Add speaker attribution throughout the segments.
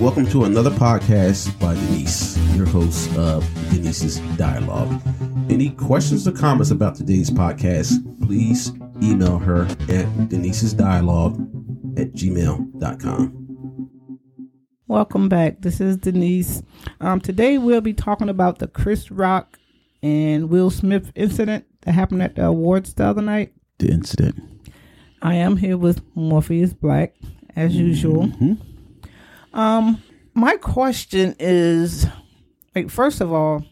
Speaker 1: Welcome to another podcast by Denise, your host of Denise's Dialogue. Any questions or comments about today's podcast, please email her at Denise's Dialogue at gmail.com.
Speaker 2: Welcome back. This is Denise. Um, today we'll be talking about the Chris Rock and Will Smith incident that happened at the awards the other night.
Speaker 3: the incident.
Speaker 2: I am here with Morpheus Black, as
Speaker 3: Mm-hmm.
Speaker 2: usual. Um, my question is, like, first of all,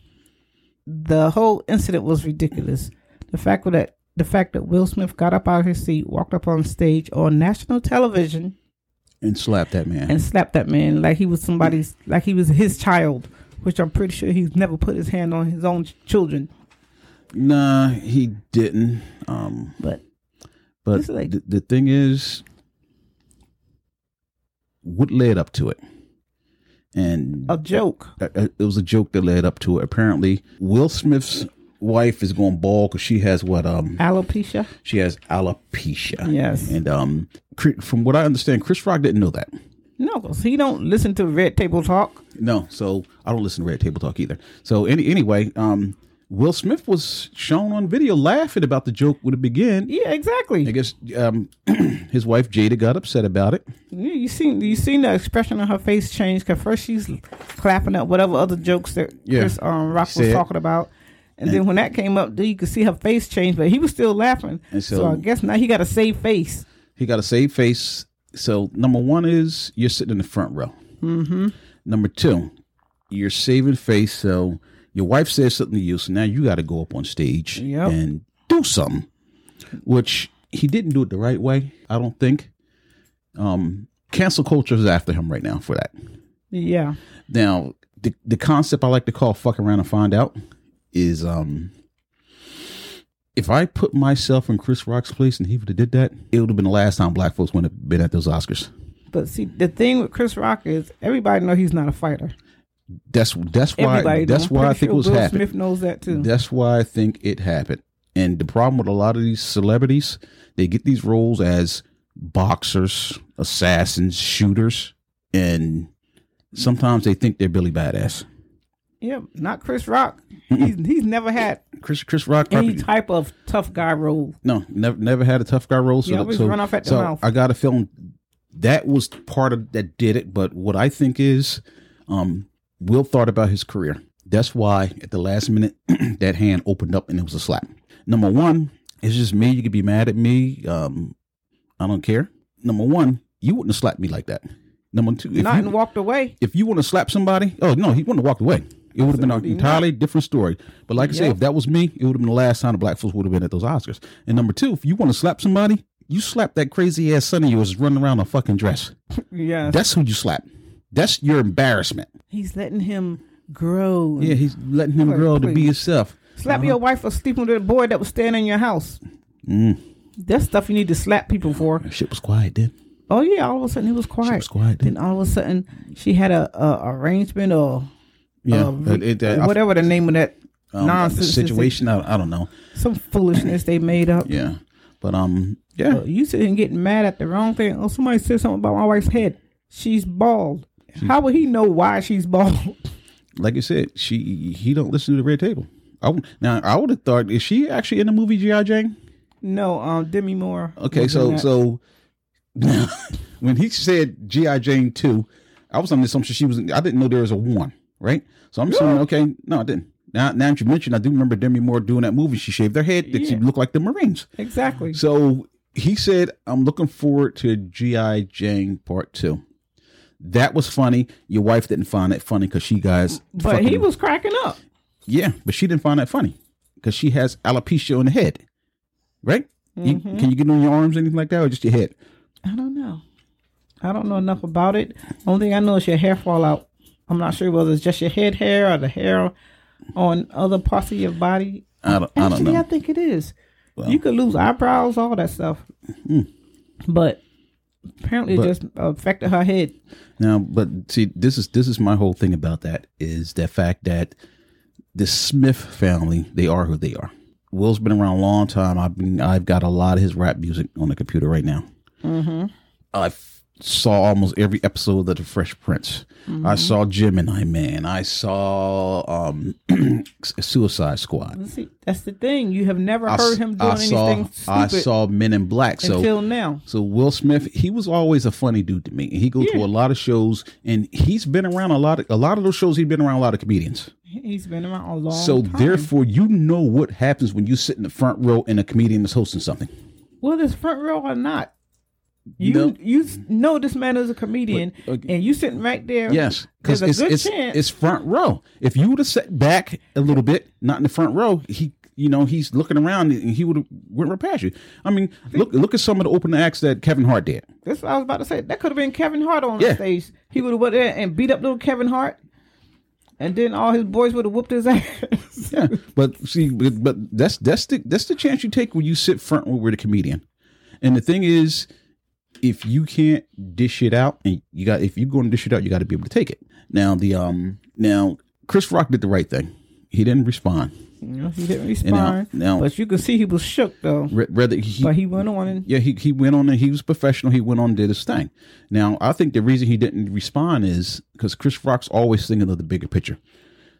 Speaker 2: the whole incident was ridiculous. The fact that the fact that Will Smith got up out of his seat, walked up on stage on national television,
Speaker 3: And slap that man.
Speaker 2: and slapped that man like he was somebody's, like he was his child, which I'm pretty sure he's never put his hand on his own ch- children.
Speaker 3: nah, he didn't. Um,
Speaker 2: But
Speaker 3: but
Speaker 2: It's like-
Speaker 3: th- the thing is, what led up to it? And
Speaker 2: a joke.
Speaker 3: uh, uh, it was a joke that led up to it. Apparently, Will Smith's wife is going bald because she has what um
Speaker 2: Alopecia.
Speaker 3: she has alopecia.
Speaker 2: Yes.
Speaker 3: And um, Cri- from what I understand, Chris Rock didn't know that.
Speaker 2: No, 'cause he don't listen to Red Table Talk.
Speaker 3: No, so I don't listen to Red Table Talk either. So any anyway, um, Will Smith was shown on video laughing about the joke when it began.
Speaker 2: Yeah, exactly.
Speaker 3: I guess um, his wife Jada got upset about it.
Speaker 2: Yeah, you seen you seen the expression on her face change because first she's clapping up whatever other jokes that
Speaker 3: Yeah.
Speaker 2: Chris um, Rock was
Speaker 3: Said.
Speaker 2: talking about, and, then when that came up, then you could see her face change, but he was still laughing.
Speaker 3: And
Speaker 2: so,
Speaker 3: so-
Speaker 2: I guess now he got a safe face.
Speaker 3: He got a save face. So number one is you're sitting in the front row. Mm-hmm. Number two, you're saving face. So your wife says something to you. So now you got to go up on stage
Speaker 2: Yep.
Speaker 3: and do something, which he didn't do it the right way. I don't think. Um, cancel culture is after him right now for that.
Speaker 2: Yeah,
Speaker 3: Now, the the concept I like to call "fuck around and find out" is um, if I put myself in Chris Rock's place and he would have did that, it would have been the last time black folks would have been at those Oscars.
Speaker 2: but see the thing with Chris Rock is everybody know he's not a fighter.
Speaker 3: That's that's why
Speaker 2: everybody. know.
Speaker 3: that's
Speaker 2: I'm
Speaker 3: why I
Speaker 2: pretty
Speaker 3: think
Speaker 2: sure
Speaker 3: it was
Speaker 2: Will
Speaker 3: happening.
Speaker 2: Smith knows that too.
Speaker 3: That's why I think it happened. And the problem with a lot of these celebrities, they get these roles as boxers, assassins, shooters, and sometimes they think they're Billy Badass.
Speaker 2: yeah, not Chris Rock. He's he's never had
Speaker 3: Chris Chris Rock
Speaker 2: any
Speaker 3: probably
Speaker 2: type of tough guy role.
Speaker 3: No, never never had a tough guy role. So,
Speaker 2: You always
Speaker 3: so,
Speaker 2: run off at the
Speaker 3: so
Speaker 2: mouth.
Speaker 3: I got a feeling that was part of that did it. But what I think is, um, Will thought about his career. That's why at the last minute that hand opened up and it was a slap. Number one, it's just me. You could be mad at me. Um, I don't care. Number one, you wouldn't have slapped me like that. Number two, if
Speaker 2: Not
Speaker 3: you,
Speaker 2: and walked away.
Speaker 3: if you want to slap somebody, oh no, he wouldn't have walked away. It would have been an
Speaker 2: Absolutely
Speaker 3: entirely different story. But like I say,
Speaker 2: Yeah.
Speaker 3: if that was me, it would have been the last time the black folks would have been at those Oscars. And number two, if you want to slap somebody, you slap that crazy ass son of yours running around in a fucking dress.
Speaker 2: Yeah,
Speaker 3: That's who you slap. That's your embarrassment.
Speaker 2: he's letting him grow.
Speaker 3: Yeah, he's letting him
Speaker 2: Like,
Speaker 3: grow to be
Speaker 2: please.
Speaker 3: himself.
Speaker 2: Slap your wife for sleeping with a boy that was staying in your house. Mm. That's stuff you need to slap people for.
Speaker 3: Shit was quiet then.
Speaker 2: Oh yeah, all of a sudden he was quiet.
Speaker 3: was quiet,
Speaker 2: Then all of a sudden she had a, a arrangement or
Speaker 3: Yeah,
Speaker 2: uh,
Speaker 3: it- it- uh, I-
Speaker 2: whatever the name of that
Speaker 3: um,
Speaker 2: nonsense is.
Speaker 3: situation. I, I don't know.
Speaker 2: Some foolishness they made up.
Speaker 3: Yeah, but um, yeah,
Speaker 2: Uh, you sitting getting mad at the wrong thing. Oh, somebody said something about my wife's head. She's bald. How would he know why she's bald?
Speaker 3: like I said, she he don't listen to the red table. I, w- now I would have thought is she actually in the movie GI Jane?
Speaker 2: no, um, Demi Moore.
Speaker 3: Okay,
Speaker 2: was in
Speaker 3: so
Speaker 2: that.
Speaker 3: so when he said GI Jane two, I was on the assumption she was. I didn't know there was a one, right? So I'm assuming okay. No, I didn't. Now, now that you mentioned, I do remember Demi Moore doing that movie. She shaved her head. That She
Speaker 2: Yeah.
Speaker 3: looked like the Marines.
Speaker 2: exactly.
Speaker 3: So he said, "I'm looking forward to GI Jane Part 2. That was funny. Your wife didn't find that funny because she guys.
Speaker 2: But he
Speaker 3: fucking-
Speaker 2: was cracking up.
Speaker 3: yeah, but she didn't find that funny because she has alopecia on the head, right? You, can you get it on your arms, anything like that, or just your head?
Speaker 2: I don't know. I don't know enough about it. Only thing I know is your hair fall out. I'm not sure whether it's just your head hair or the hair on other parts of your body.
Speaker 3: I don't, I don't
Speaker 2: Actually, I,
Speaker 3: know.
Speaker 2: think it is. you could lose eyebrows, all that stuff. But apparently,
Speaker 3: Mm. But-
Speaker 2: it just affected her head.
Speaker 3: Now, but see, this is this is my whole thing about that is the fact that the Smith family they are who they are. Will's been around a long time. I've been I've got a lot of his rap music on the computer right now. Mm-hmm. I f- saw almost every episode of The Fresh Prince. I saw Gemini Man. I saw um, Suicide Squad.
Speaker 2: See, that's the thing. You have never
Speaker 3: I,
Speaker 2: heard
Speaker 3: s-
Speaker 2: him doing
Speaker 3: I saw
Speaker 2: anything stupid
Speaker 3: I saw Men in Black. So
Speaker 2: until now.
Speaker 3: so Will Smith, he was always a funny dude to me. And he goes to a lot of shows, and he's been around a lot. Of, a lot of those shows, he's been around a lot of comedians.
Speaker 2: He's been around a long
Speaker 3: So
Speaker 2: time.
Speaker 3: therefore, you know what happens when you sit in the front row and a comedian is hosting something.
Speaker 2: whether it's front row or not, you
Speaker 3: No.
Speaker 2: you s- know this man is a comedian,
Speaker 3: But, okay.
Speaker 2: and you sitting right there.
Speaker 3: Yes,
Speaker 2: there's
Speaker 3: because
Speaker 2: a
Speaker 3: it's
Speaker 2: good
Speaker 3: it's,
Speaker 2: chance.
Speaker 3: it's front row. If you would have sat back a little bit, not in the front row, he you know he's looking around and he would have went right past you. I mean, look look at some of the open acts that Kevin Hart did.
Speaker 2: That's what I was about to say. That could have been Kevin Hart on
Speaker 3: Yeah.
Speaker 2: the stage. He would have went there and beat up little Kevin Hart, and then all his boys would have whooped his ass.
Speaker 3: Yeah, but see, but, but that's that's the that's the chance you take when you sit front row with a comedian. And the thing is, if you can't dish it out, and you got if you're going to dish it out, you got to be able to take it. Now the um now Chris Rock did the right thing. He didn't respond.
Speaker 2: You know, he didn't respond,
Speaker 3: now-
Speaker 2: but you could see he was shook though.
Speaker 3: Re- Rather, he,
Speaker 2: But he went on and
Speaker 3: yeah, he, he went on and he was professional. He went on and did his thing. Now, I think the reason he didn't respond is because Chris Rock's always thinking of the bigger picture.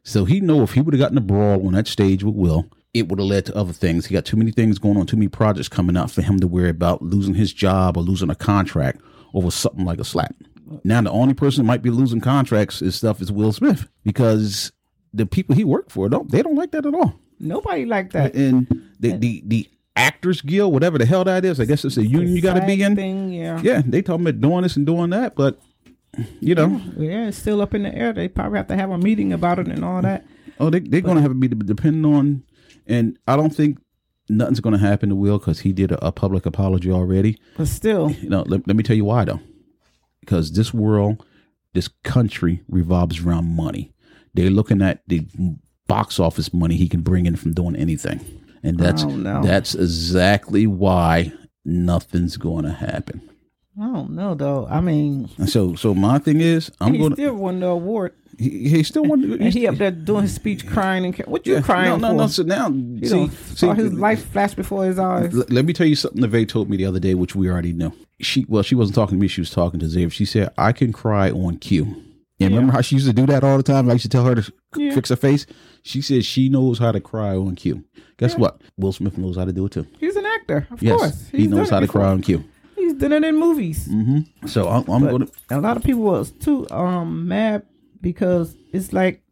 Speaker 3: So he know if he would have gotten a brawl on that stage with Will, it would have led to other things. He got too many things going on, too many projects coming up for him to worry about losing his job or losing a contract over something like a slap. Now the only person that might be losing contracts and stuff is Will Smith because the people he worked for don't they don't like that at all
Speaker 2: nobody like that.
Speaker 3: and the the the Actors Guild, whatever the hell that is. I guess it's a union you got to be
Speaker 2: Side
Speaker 3: in.
Speaker 2: Thing, yeah. yeah,
Speaker 3: Yeah, they talking about doing this and doing that, but you know,
Speaker 2: It's still up in the air. They probably have to have a meeting about it and all that.
Speaker 3: oh, they they're gonna have to be depending on, and I don't think nothing's gonna happen to Will because he did a, a public apology already.
Speaker 2: But still,
Speaker 3: You know, let, let me tell you why though, because this world, this country revolves around money. They're looking at the box office money he can bring in from doing anything, and that's
Speaker 2: don't know.
Speaker 3: that's exactly why nothing's going to happen.
Speaker 2: I don't know though. I mean,
Speaker 3: And so, so my thing is, I'm
Speaker 2: he
Speaker 3: going. to
Speaker 2: still won the award.
Speaker 3: He, he still want to.
Speaker 2: And he up there doing his speech crying and ca- what you crying
Speaker 3: No, no,
Speaker 2: for?
Speaker 3: no. So now,
Speaker 2: you
Speaker 3: see,
Speaker 2: know, saw
Speaker 3: see,
Speaker 2: his life flash before his eyes.
Speaker 3: L- let me tell you something that Vay told me the other day, which we already know. She well, she wasn't talking to me, she was talking to Xavier. She said, I can cry on cue. And remember how she used to do that all the time? Like she tell her to
Speaker 2: Yeah.
Speaker 3: fix her face? She says she knows how to cry on cue. Guess what? Will Smith knows how to do it too.
Speaker 2: He's an actor, of
Speaker 3: Yes.
Speaker 2: course.
Speaker 3: he
Speaker 2: He's
Speaker 3: knows
Speaker 2: done
Speaker 3: how
Speaker 2: it
Speaker 3: to
Speaker 2: before.
Speaker 3: cry on cue.
Speaker 2: He's done it in movies.
Speaker 3: Mm-hmm. So I'm, I'm going to.
Speaker 2: A lot of people was too um mad because it's like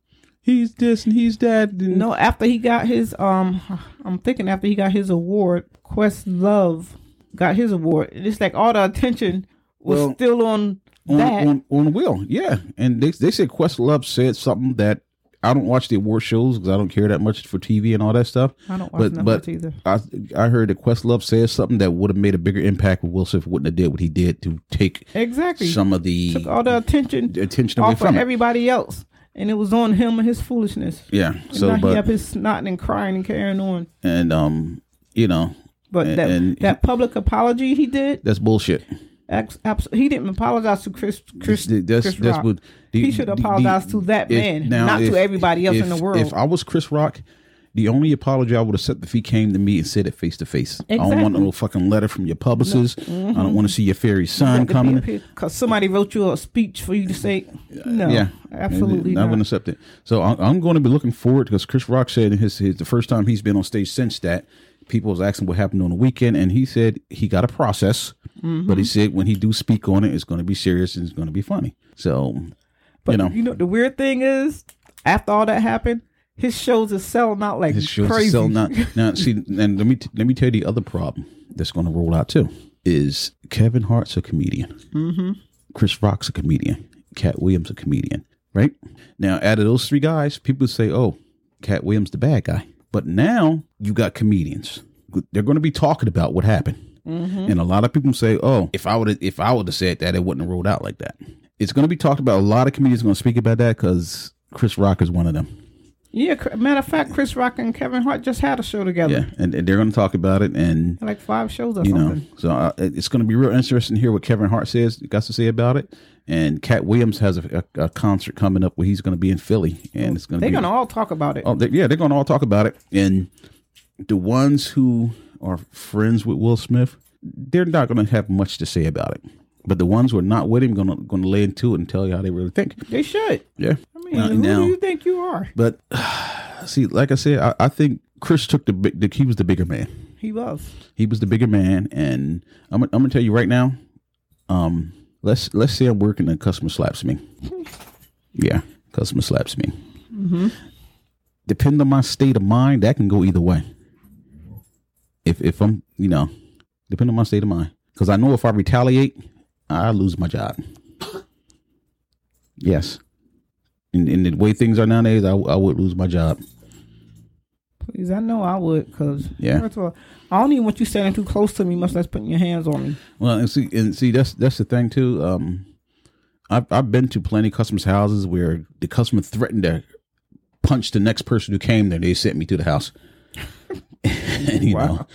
Speaker 3: He's this and he's that. And,
Speaker 2: no after he got his um I'm thinking after he got his award, Quest Love got his award. And it's like all the attention was
Speaker 3: Well,
Speaker 2: still on,
Speaker 3: on,
Speaker 2: that.
Speaker 3: on on Will, yeah. And they they said Questlove said something that I don't watch the award shows because I don't care that much for TV and all that stuff.
Speaker 2: I don't watch
Speaker 3: but-
Speaker 2: that
Speaker 3: but-
Speaker 2: much either.
Speaker 3: I I heard that Questlove said something that would have made a bigger impact if Will Smith wouldn't have did what he did to take
Speaker 2: Exactly.
Speaker 3: some of the
Speaker 2: Took all the attention
Speaker 3: attention away
Speaker 2: off of
Speaker 3: from it.
Speaker 2: everybody else. And it was on him and his foolishness.
Speaker 3: yeah.
Speaker 2: now
Speaker 3: So
Speaker 2: he up
Speaker 3: but
Speaker 2: his snotting and crying and carrying on.
Speaker 3: and um you know
Speaker 2: But that
Speaker 3: And-
Speaker 2: that public apology he did,
Speaker 3: that's bullshit.
Speaker 2: ex, abs, he didn't apologize to Chris. Chris,
Speaker 3: That's- that's
Speaker 2: Chris
Speaker 3: that's
Speaker 2: Rock.
Speaker 3: what the-
Speaker 2: He should
Speaker 3: the-
Speaker 2: apologize
Speaker 3: the-
Speaker 2: to that
Speaker 3: if-
Speaker 2: man,
Speaker 3: now
Speaker 2: not
Speaker 3: if-
Speaker 2: to everybody else in
Speaker 3: if-
Speaker 2: the world.
Speaker 3: If I was Chris Rock, the only apology I would accept if he came to me and said it face to face. I don't want
Speaker 2: Exactly. Mm-hmm.
Speaker 3: no fucking letter from your publicist. I don't want to see your fairy son coming.
Speaker 2: because somebody wrote you a speech for you to say, no,
Speaker 3: yeah,
Speaker 2: absolutely
Speaker 3: I
Speaker 2: not.
Speaker 3: wouldn't accept it. So I'm, I'm going to be looking forward because Chris Rock said in his, his the first time he's been on stage since that people was asking what happened on the weekend, and he said he got a process, but
Speaker 2: Mm-hmm.
Speaker 3: he said when he do speak on it, it's going to be serious and it's going to be funny. So
Speaker 2: But
Speaker 3: you know.
Speaker 2: the weird thing is, after all that happened, his shows are selling out like
Speaker 3: His shows
Speaker 2: crazy.
Speaker 3: are selling out. Now, see, and let me t- let me tell you the other problem that's going to roll out too is Kevin Hart's a comedian, mm-hmm. Chris Rock's a comedian, Cat Williams a comedian, right? Now, out of those three guys, people say, "Oh, Cat Williams the bad guy," but now you got comedians. They're going to be talking about what happened, and a lot of people say, "Oh, if I would if I would have said that, it wouldn't have rolled out like that." It's going to be talked about. A lot of comedians are going to speak about that because Chris Rock is one of them.
Speaker 2: Yeah, cr- matter of fact, Chris Rock and Kevin Hart just had a show together,
Speaker 3: Yeah, and, and they're going to talk about it, and
Speaker 2: like five shows or
Speaker 3: you
Speaker 2: something.
Speaker 3: know, so uh, it- it's going to be real interesting to hear what Kevin Hart says, got to say about it. And Cat Williams has a, a, a concert coming up where he's going to be in Philly, and it's going to
Speaker 2: They're
Speaker 3: be
Speaker 2: gonna all talk about it.
Speaker 3: oh they, yeah, they're going to all talk about it. And the ones who are friends with Will Smith, they're not going to have much to say about it. But the ones who are not with him gonna gonna lay into it and tell you how they really think.
Speaker 2: They should.
Speaker 3: Yeah.
Speaker 2: I mean,
Speaker 3: Not
Speaker 2: who
Speaker 3: now.
Speaker 2: do you think you are?
Speaker 3: But see, like I said, I, I think Chris took the big. The, he was the bigger man.
Speaker 2: He was.
Speaker 3: He was the bigger man, and I'm, I'm gonna tell you right now. Um, let's let's say I'm working and a customer slaps me. Yeah, customer slaps me. Depending on my state of mind, that can go either way. If if I'm you know, depending on my state of mind, because I know if I retaliate, I lose my job. Yes, and, and the way things are nowadays, I, I would lose my job.
Speaker 2: Please, I know I would, cause
Speaker 3: Yeah.
Speaker 2: first of all, I don't even want you standing too close to me, much less putting your hands on me.
Speaker 3: Well, and see, and see, that's that's the thing too. Um, I've I've been to plenty of customers' houses where the customer threatened to punch the next person who came there. They sent me to the house, and you know,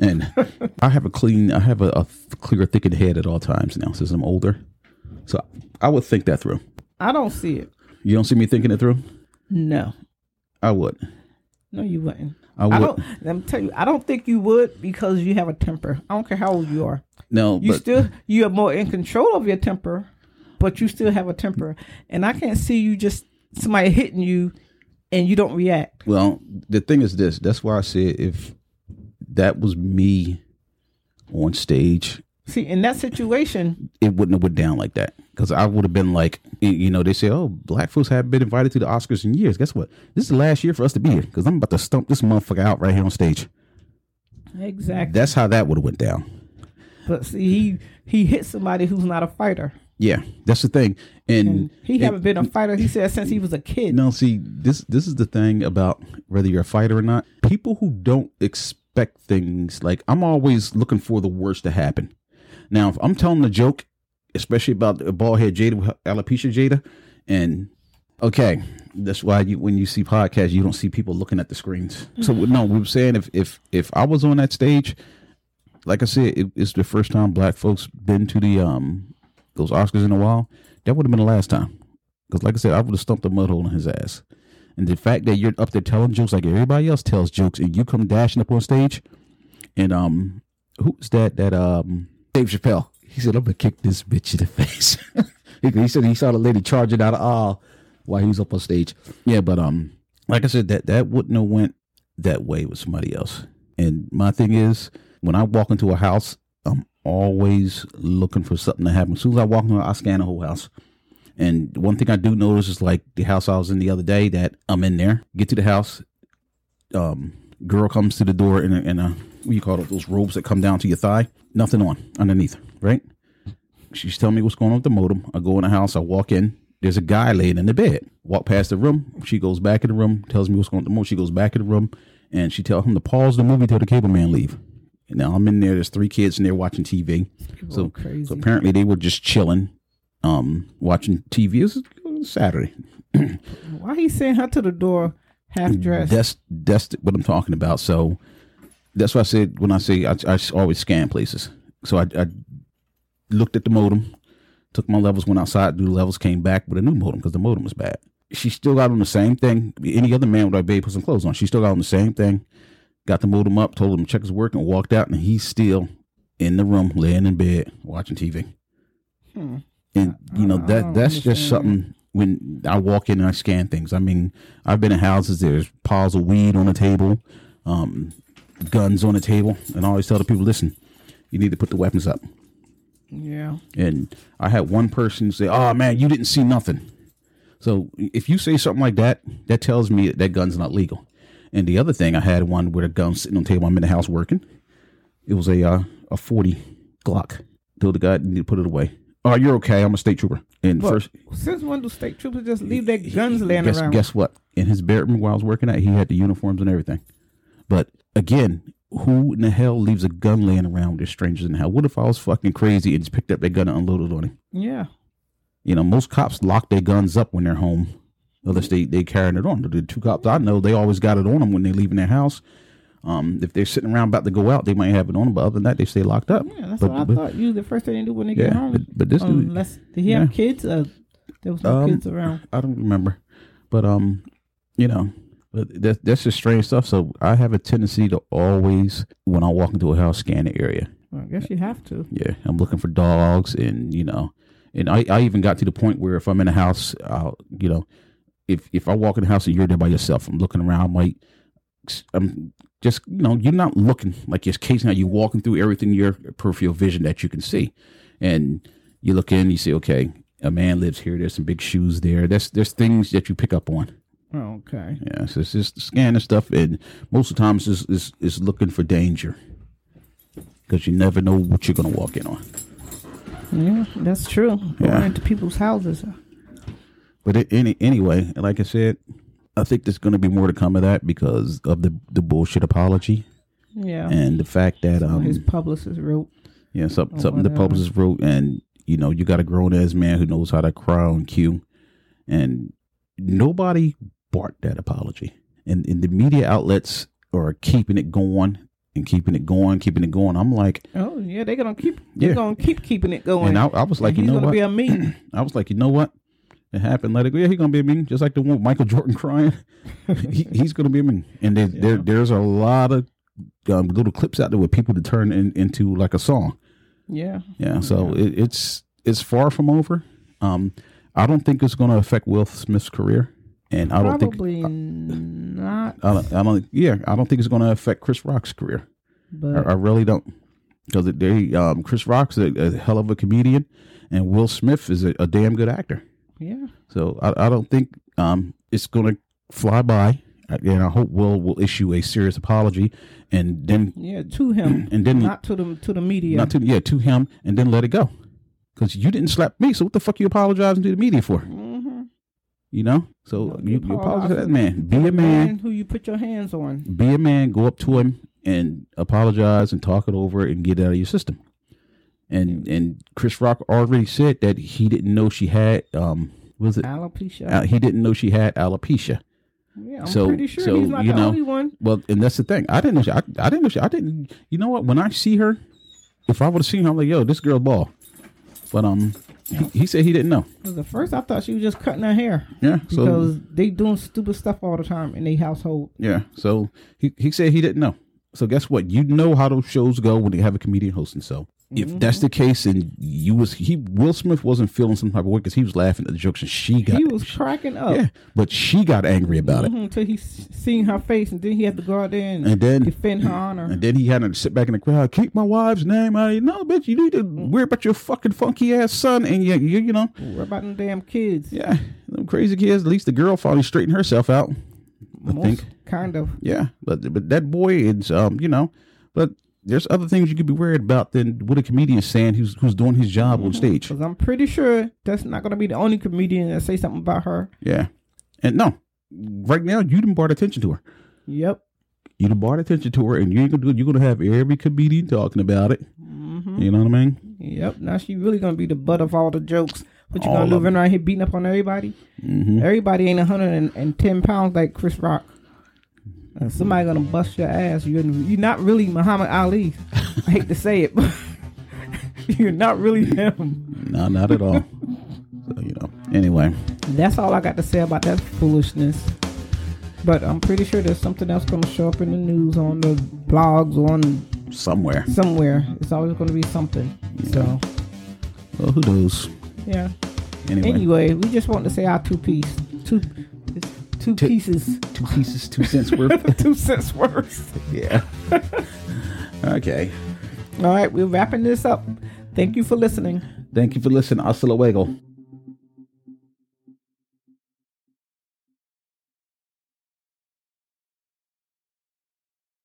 Speaker 3: and I have a clean, I have a, a clear, thickened head at all times now since I'm older. So I would think that through.
Speaker 2: I don't see it.
Speaker 3: You don't see me thinking it through.
Speaker 2: No,
Speaker 3: I would.
Speaker 2: no, you wouldn't.
Speaker 3: I
Speaker 2: I
Speaker 3: would.
Speaker 2: don't. Let me tell you, I don't think you would because you have a temper. I don't care how old you are.
Speaker 3: No,
Speaker 2: You
Speaker 3: but
Speaker 2: still you are more in control of your temper, but you still have a temper, and I can't see you just somebody hitting you, and you don't react.
Speaker 3: Well, the thing is this. That's why I said if that was me on stage,
Speaker 2: See, in that situation,
Speaker 3: it wouldn't have went down like that. Because I would have been like, y- you know, they say, oh, black folks haven't been invited to the Oscars in years. Guess what? This is the last year for us to be here because I'm about to stump this motherfucker out right here on stage.
Speaker 2: exactly.
Speaker 3: That's how that would have went down.
Speaker 2: But see, he he hit somebody who's not a fighter.
Speaker 3: Yeah, that's the thing. And
Speaker 2: He
Speaker 3: it-
Speaker 2: haven't been a fighter. He said since he was a kid.
Speaker 3: No, see, this this is the thing about whether you're a fighter or not. People who don't expect things like I'm always looking for the worst to happen. Now, if I'm telling a joke, especially about the bald head Jada with alopecia Jada, and okay, that's why you when you see podcasts, you don't see people looking at the screens. So no, we were saying if if if I was on that stage, like I said, it, it's the first time black folks been to the um those Oscars in a while. That would have been the last time. Because, like I said, I would have stumped a mud hole in his ass. And the fact that you're up there telling jokes like everybody else tells jokes, and you come dashing up on stage, and um, who's that? That um, Dave Chappelle. He said, "I'm gonna kick this bitch in the face." he, he said he saw the lady charging out of aisle while he was up on stage. Yeah, but um, like I said, that that wouldn't have went that way with somebody else. And my thing is, when I walk into a house, I'm always looking for something to happen. As soon as I walk in, I scan the whole house. And one thing I do notice is like the house I was in the other day that I'm in there, get to the house, um, girl comes to the door in a, in a what you call it, those robes that come down to your thigh, nothing on underneath, right? She's telling me what's going on with the modem. I go in the house, I walk in, there's a guy laying in the bed. Walk past the room, she goes back in the room, tells me what's going on with the modem. She goes back in the room and she tells him to pause the movie till the cable man leave. And now I'm in there, there's three kids in there watching TV. So
Speaker 2: Oh, crazy.
Speaker 3: so apparently they were just chilling, um, watching TV. It was- it was Saturday.
Speaker 2: Why he sent her to the door
Speaker 3: Mm,
Speaker 2: half dressed?
Speaker 3: That's that's what I'm talking about. So that's why I said when I say I, I always scan places. So I, I looked at the modem, took my levels, went outside, do the levels, came back with a new modem because the modem was bad. She still got on the same thing. Any other man would have baby put some clothes on. She still got on the same thing. Got the modem up, told him to check his work, and walked out. And he's still in the room, laying in bed, watching TV.
Speaker 2: Hmm.
Speaker 3: And you know
Speaker 2: I
Speaker 3: that
Speaker 2: don't
Speaker 3: that's just
Speaker 2: understand
Speaker 3: something. When I walk in and I scan things, I mean, I've been in houses. There's piles of weed on the table, um, guns on the table, and I always tell the people, listen, you need to put the weapons up.
Speaker 2: Yeah.
Speaker 3: And I had one person say, "Oh man, you didn't see nothing." So if you say something like that, that tells me that, that gun's not legal. And the other thing, I had one with a gun sitting on the table. I'm in the house working. It was a uh, a 40 Glock. Told the guy you need to put it away. Oh, you're okay. I'm a state trooper. And
Speaker 2: But
Speaker 3: first,
Speaker 2: since when do state troopers just leave their guns laying
Speaker 3: guess,
Speaker 2: around?
Speaker 3: guess what? In his bedroom where I was working at, he had the uniforms and everything. But again, who in the hell leaves a gun laying around with their strangers in the house? What if I was fucking crazy and just picked up that gun and unloaded on him?
Speaker 2: Yeah.
Speaker 3: You know, most cops lock their guns up when they're home, unless they they carrying it on. The two cops I know, they always got it on them when they leaving their house. Um, if they're sitting around about to go out, they might have it on them, but other than that, they stay locked up.
Speaker 2: Yeah, that's
Speaker 3: But-
Speaker 2: what I
Speaker 3: but-
Speaker 2: thought. You the first thing they do when they
Speaker 3: Yeah,
Speaker 2: get home. Oh,
Speaker 3: but, but this dude,
Speaker 2: Unless did he have
Speaker 3: yeah.
Speaker 2: kids? Uh, there was no
Speaker 3: Um,
Speaker 2: kids around.
Speaker 3: I don't remember, but um, you know, but that that's just strange stuff. So I have a tendency to always, when I walk into a house, scan the area.
Speaker 2: Well, I guess you have to.
Speaker 3: Yeah, I'm looking for dogs, and you know, and I, I even got to the point where if I'm in a house, I'll you know, if if I walk in the house and you're there by yourself, I'm looking around, I'm like, I'm just you know, you're not looking like you're casing out. You're walking through everything your peripheral vision that you can see, and you look in, you see, okay, a man lives here. There's some big shoes there. That's there's things that you pick up on.
Speaker 2: Oh, okay.
Speaker 3: Yeah, so it's just scanning stuff, and most of the time it's just, it's, it's looking for danger because you never know what you're gonna walk in on.
Speaker 2: Yeah, that's true. Going
Speaker 3: Yeah.
Speaker 2: into people's houses.
Speaker 3: But it, any anyway, like I said, I think there's going to be more to come of that because of the the bullshit apology
Speaker 2: Yeah.
Speaker 3: and the fact that um
Speaker 2: His publicist wrote.
Speaker 3: yeah some,
Speaker 2: or
Speaker 3: something the
Speaker 2: whatever.
Speaker 3: publicist wrote and you know you got a grown ass man who knows how to cry on cue, and nobody barked that apology and and the media outlets are keeping it going and keeping it going keeping it going. I'm like
Speaker 2: Oh yeah, they're gonna keep.
Speaker 3: Yeah.
Speaker 2: They're gonna keep keeping it going.
Speaker 3: and I, I was like
Speaker 2: he's
Speaker 3: you know
Speaker 2: gonna
Speaker 3: what
Speaker 2: be a meeting.
Speaker 3: I was like, you know what? It happened. Let it go. Yeah, he's gonna be a mean, just like the one with Michael Jordan crying. he, he's gonna be a mean. And there, there, there's a lot of um, little clips out there with people to turn in, into like a song.
Speaker 2: yeah.
Speaker 3: Yeah. So It, it's it's far from over. Um, I don't think it's gonna affect Will Smith's career, and I don't think.
Speaker 2: Probably not.
Speaker 3: I don't, I don't. Yeah, I don't think it's going to affect Chris Rock's career. I,
Speaker 2: But
Speaker 3: I really don't, because they um, Chris Rock's a, a hell of a comedian, and Will Smith is a, a damn good actor.
Speaker 2: yeah.
Speaker 3: So I, I don't think um, it's going to fly by. And I hope Will will issue a serious apology, and then
Speaker 2: Yeah, to him,
Speaker 3: and then
Speaker 2: not to the to the media.
Speaker 3: not to yeah to him, and then let it go, because you didn't slap me. So what the fuck you apologizing to the media for?
Speaker 2: Mhm.
Speaker 3: You know. So
Speaker 2: No,
Speaker 3: you,
Speaker 2: you
Speaker 3: you apologize to that
Speaker 2: apologize.
Speaker 3: man. Be a man.
Speaker 2: who you put your hands on.
Speaker 3: Be a man. Go up to him and apologize and talk it over and get it out of your system. And and Chris Rock already said that he didn't know she had um was it
Speaker 2: Alopecia.
Speaker 3: uh, he didn't know she had alopecia.
Speaker 2: yeah, I'm
Speaker 3: so-
Speaker 2: pretty sure
Speaker 3: so,
Speaker 2: he's not
Speaker 3: you
Speaker 2: the
Speaker 3: know,
Speaker 2: only one.
Speaker 3: Well, and that's the thing. I didn't know. She, I, I didn't know. She, I didn't. You know what? When I see her, if I would have seen her, I'm like, yo, this girl ball. But um, he, he said he didn't know.
Speaker 2: 'Cause at first, I thought she was just cutting her hair
Speaker 3: Yeah. So
Speaker 2: because they doing stupid stuff all the time in their household.
Speaker 3: yeah. So he he said he didn't know. So guess what? You know how those shows go when they have a comedian hosting. So
Speaker 2: Mm-hmm.
Speaker 3: if that's the case, and you was he Will Smith wasn't feeling some type of way because he was laughing at the jokes and she got
Speaker 2: He was cracking up
Speaker 3: yeah, but she got angry about it.
Speaker 2: mhm, until he s- seen her face, and then he had to go out there and,
Speaker 3: And then
Speaker 2: defend her honor.
Speaker 3: And then he had to sit back in the crowd, keep my wife's name out. of it." No, bitch, you need to worry about your fucking funky ass son and you, you, you know,
Speaker 2: What about them damn kids?
Speaker 3: yeah, them crazy kids. At least the girl finally straightened herself out. I think,
Speaker 2: kind of.
Speaker 3: yeah, but but that boy is, um, you know, but there's other things you could be worried about than what a comedian saying who's who's doing his job on stage.
Speaker 2: Because I'm pretty sure that's not going to be the only comedian that say something about her.
Speaker 3: Yeah, and no, right now you didn't brought attention to her.
Speaker 2: Yep.
Speaker 3: You didn't brought attention to her, and you ain't gonna do. it. You're gonna have every comedian talking about it. You know what I mean?
Speaker 2: Yep. Now she really gonna be the butt of all the jokes. What you
Speaker 3: All
Speaker 2: gonna
Speaker 3: of Mm-hmm.
Speaker 2: do? Run around here beating up on everybody? Everybody ain't hundred and, and ten pounds like Chris Rock. And somebody gonna bust your ass. You're you're not really Muhammad Ali. I hate to say it, but you're not really him.
Speaker 3: No, not at all. so you know. Anyway,
Speaker 2: That's all I got to say about that foolishness. But I'm pretty sure there's something else gonna show up in the news, on the blogs, on
Speaker 3: somewhere.
Speaker 2: somewhere. It's always gonna be something. So
Speaker 3: Well, who knows?
Speaker 2: yeah.
Speaker 3: Anyway,
Speaker 2: Anyway, we just want to say our two piece, two, it's two
Speaker 3: Two-
Speaker 2: pieces,
Speaker 3: two pieces, two cents worth.
Speaker 2: two cents worth.
Speaker 3: yeah. okay.
Speaker 2: All right, we're wrapping this up. Thank you for listening.
Speaker 3: Thank you for listening. Hasta luego.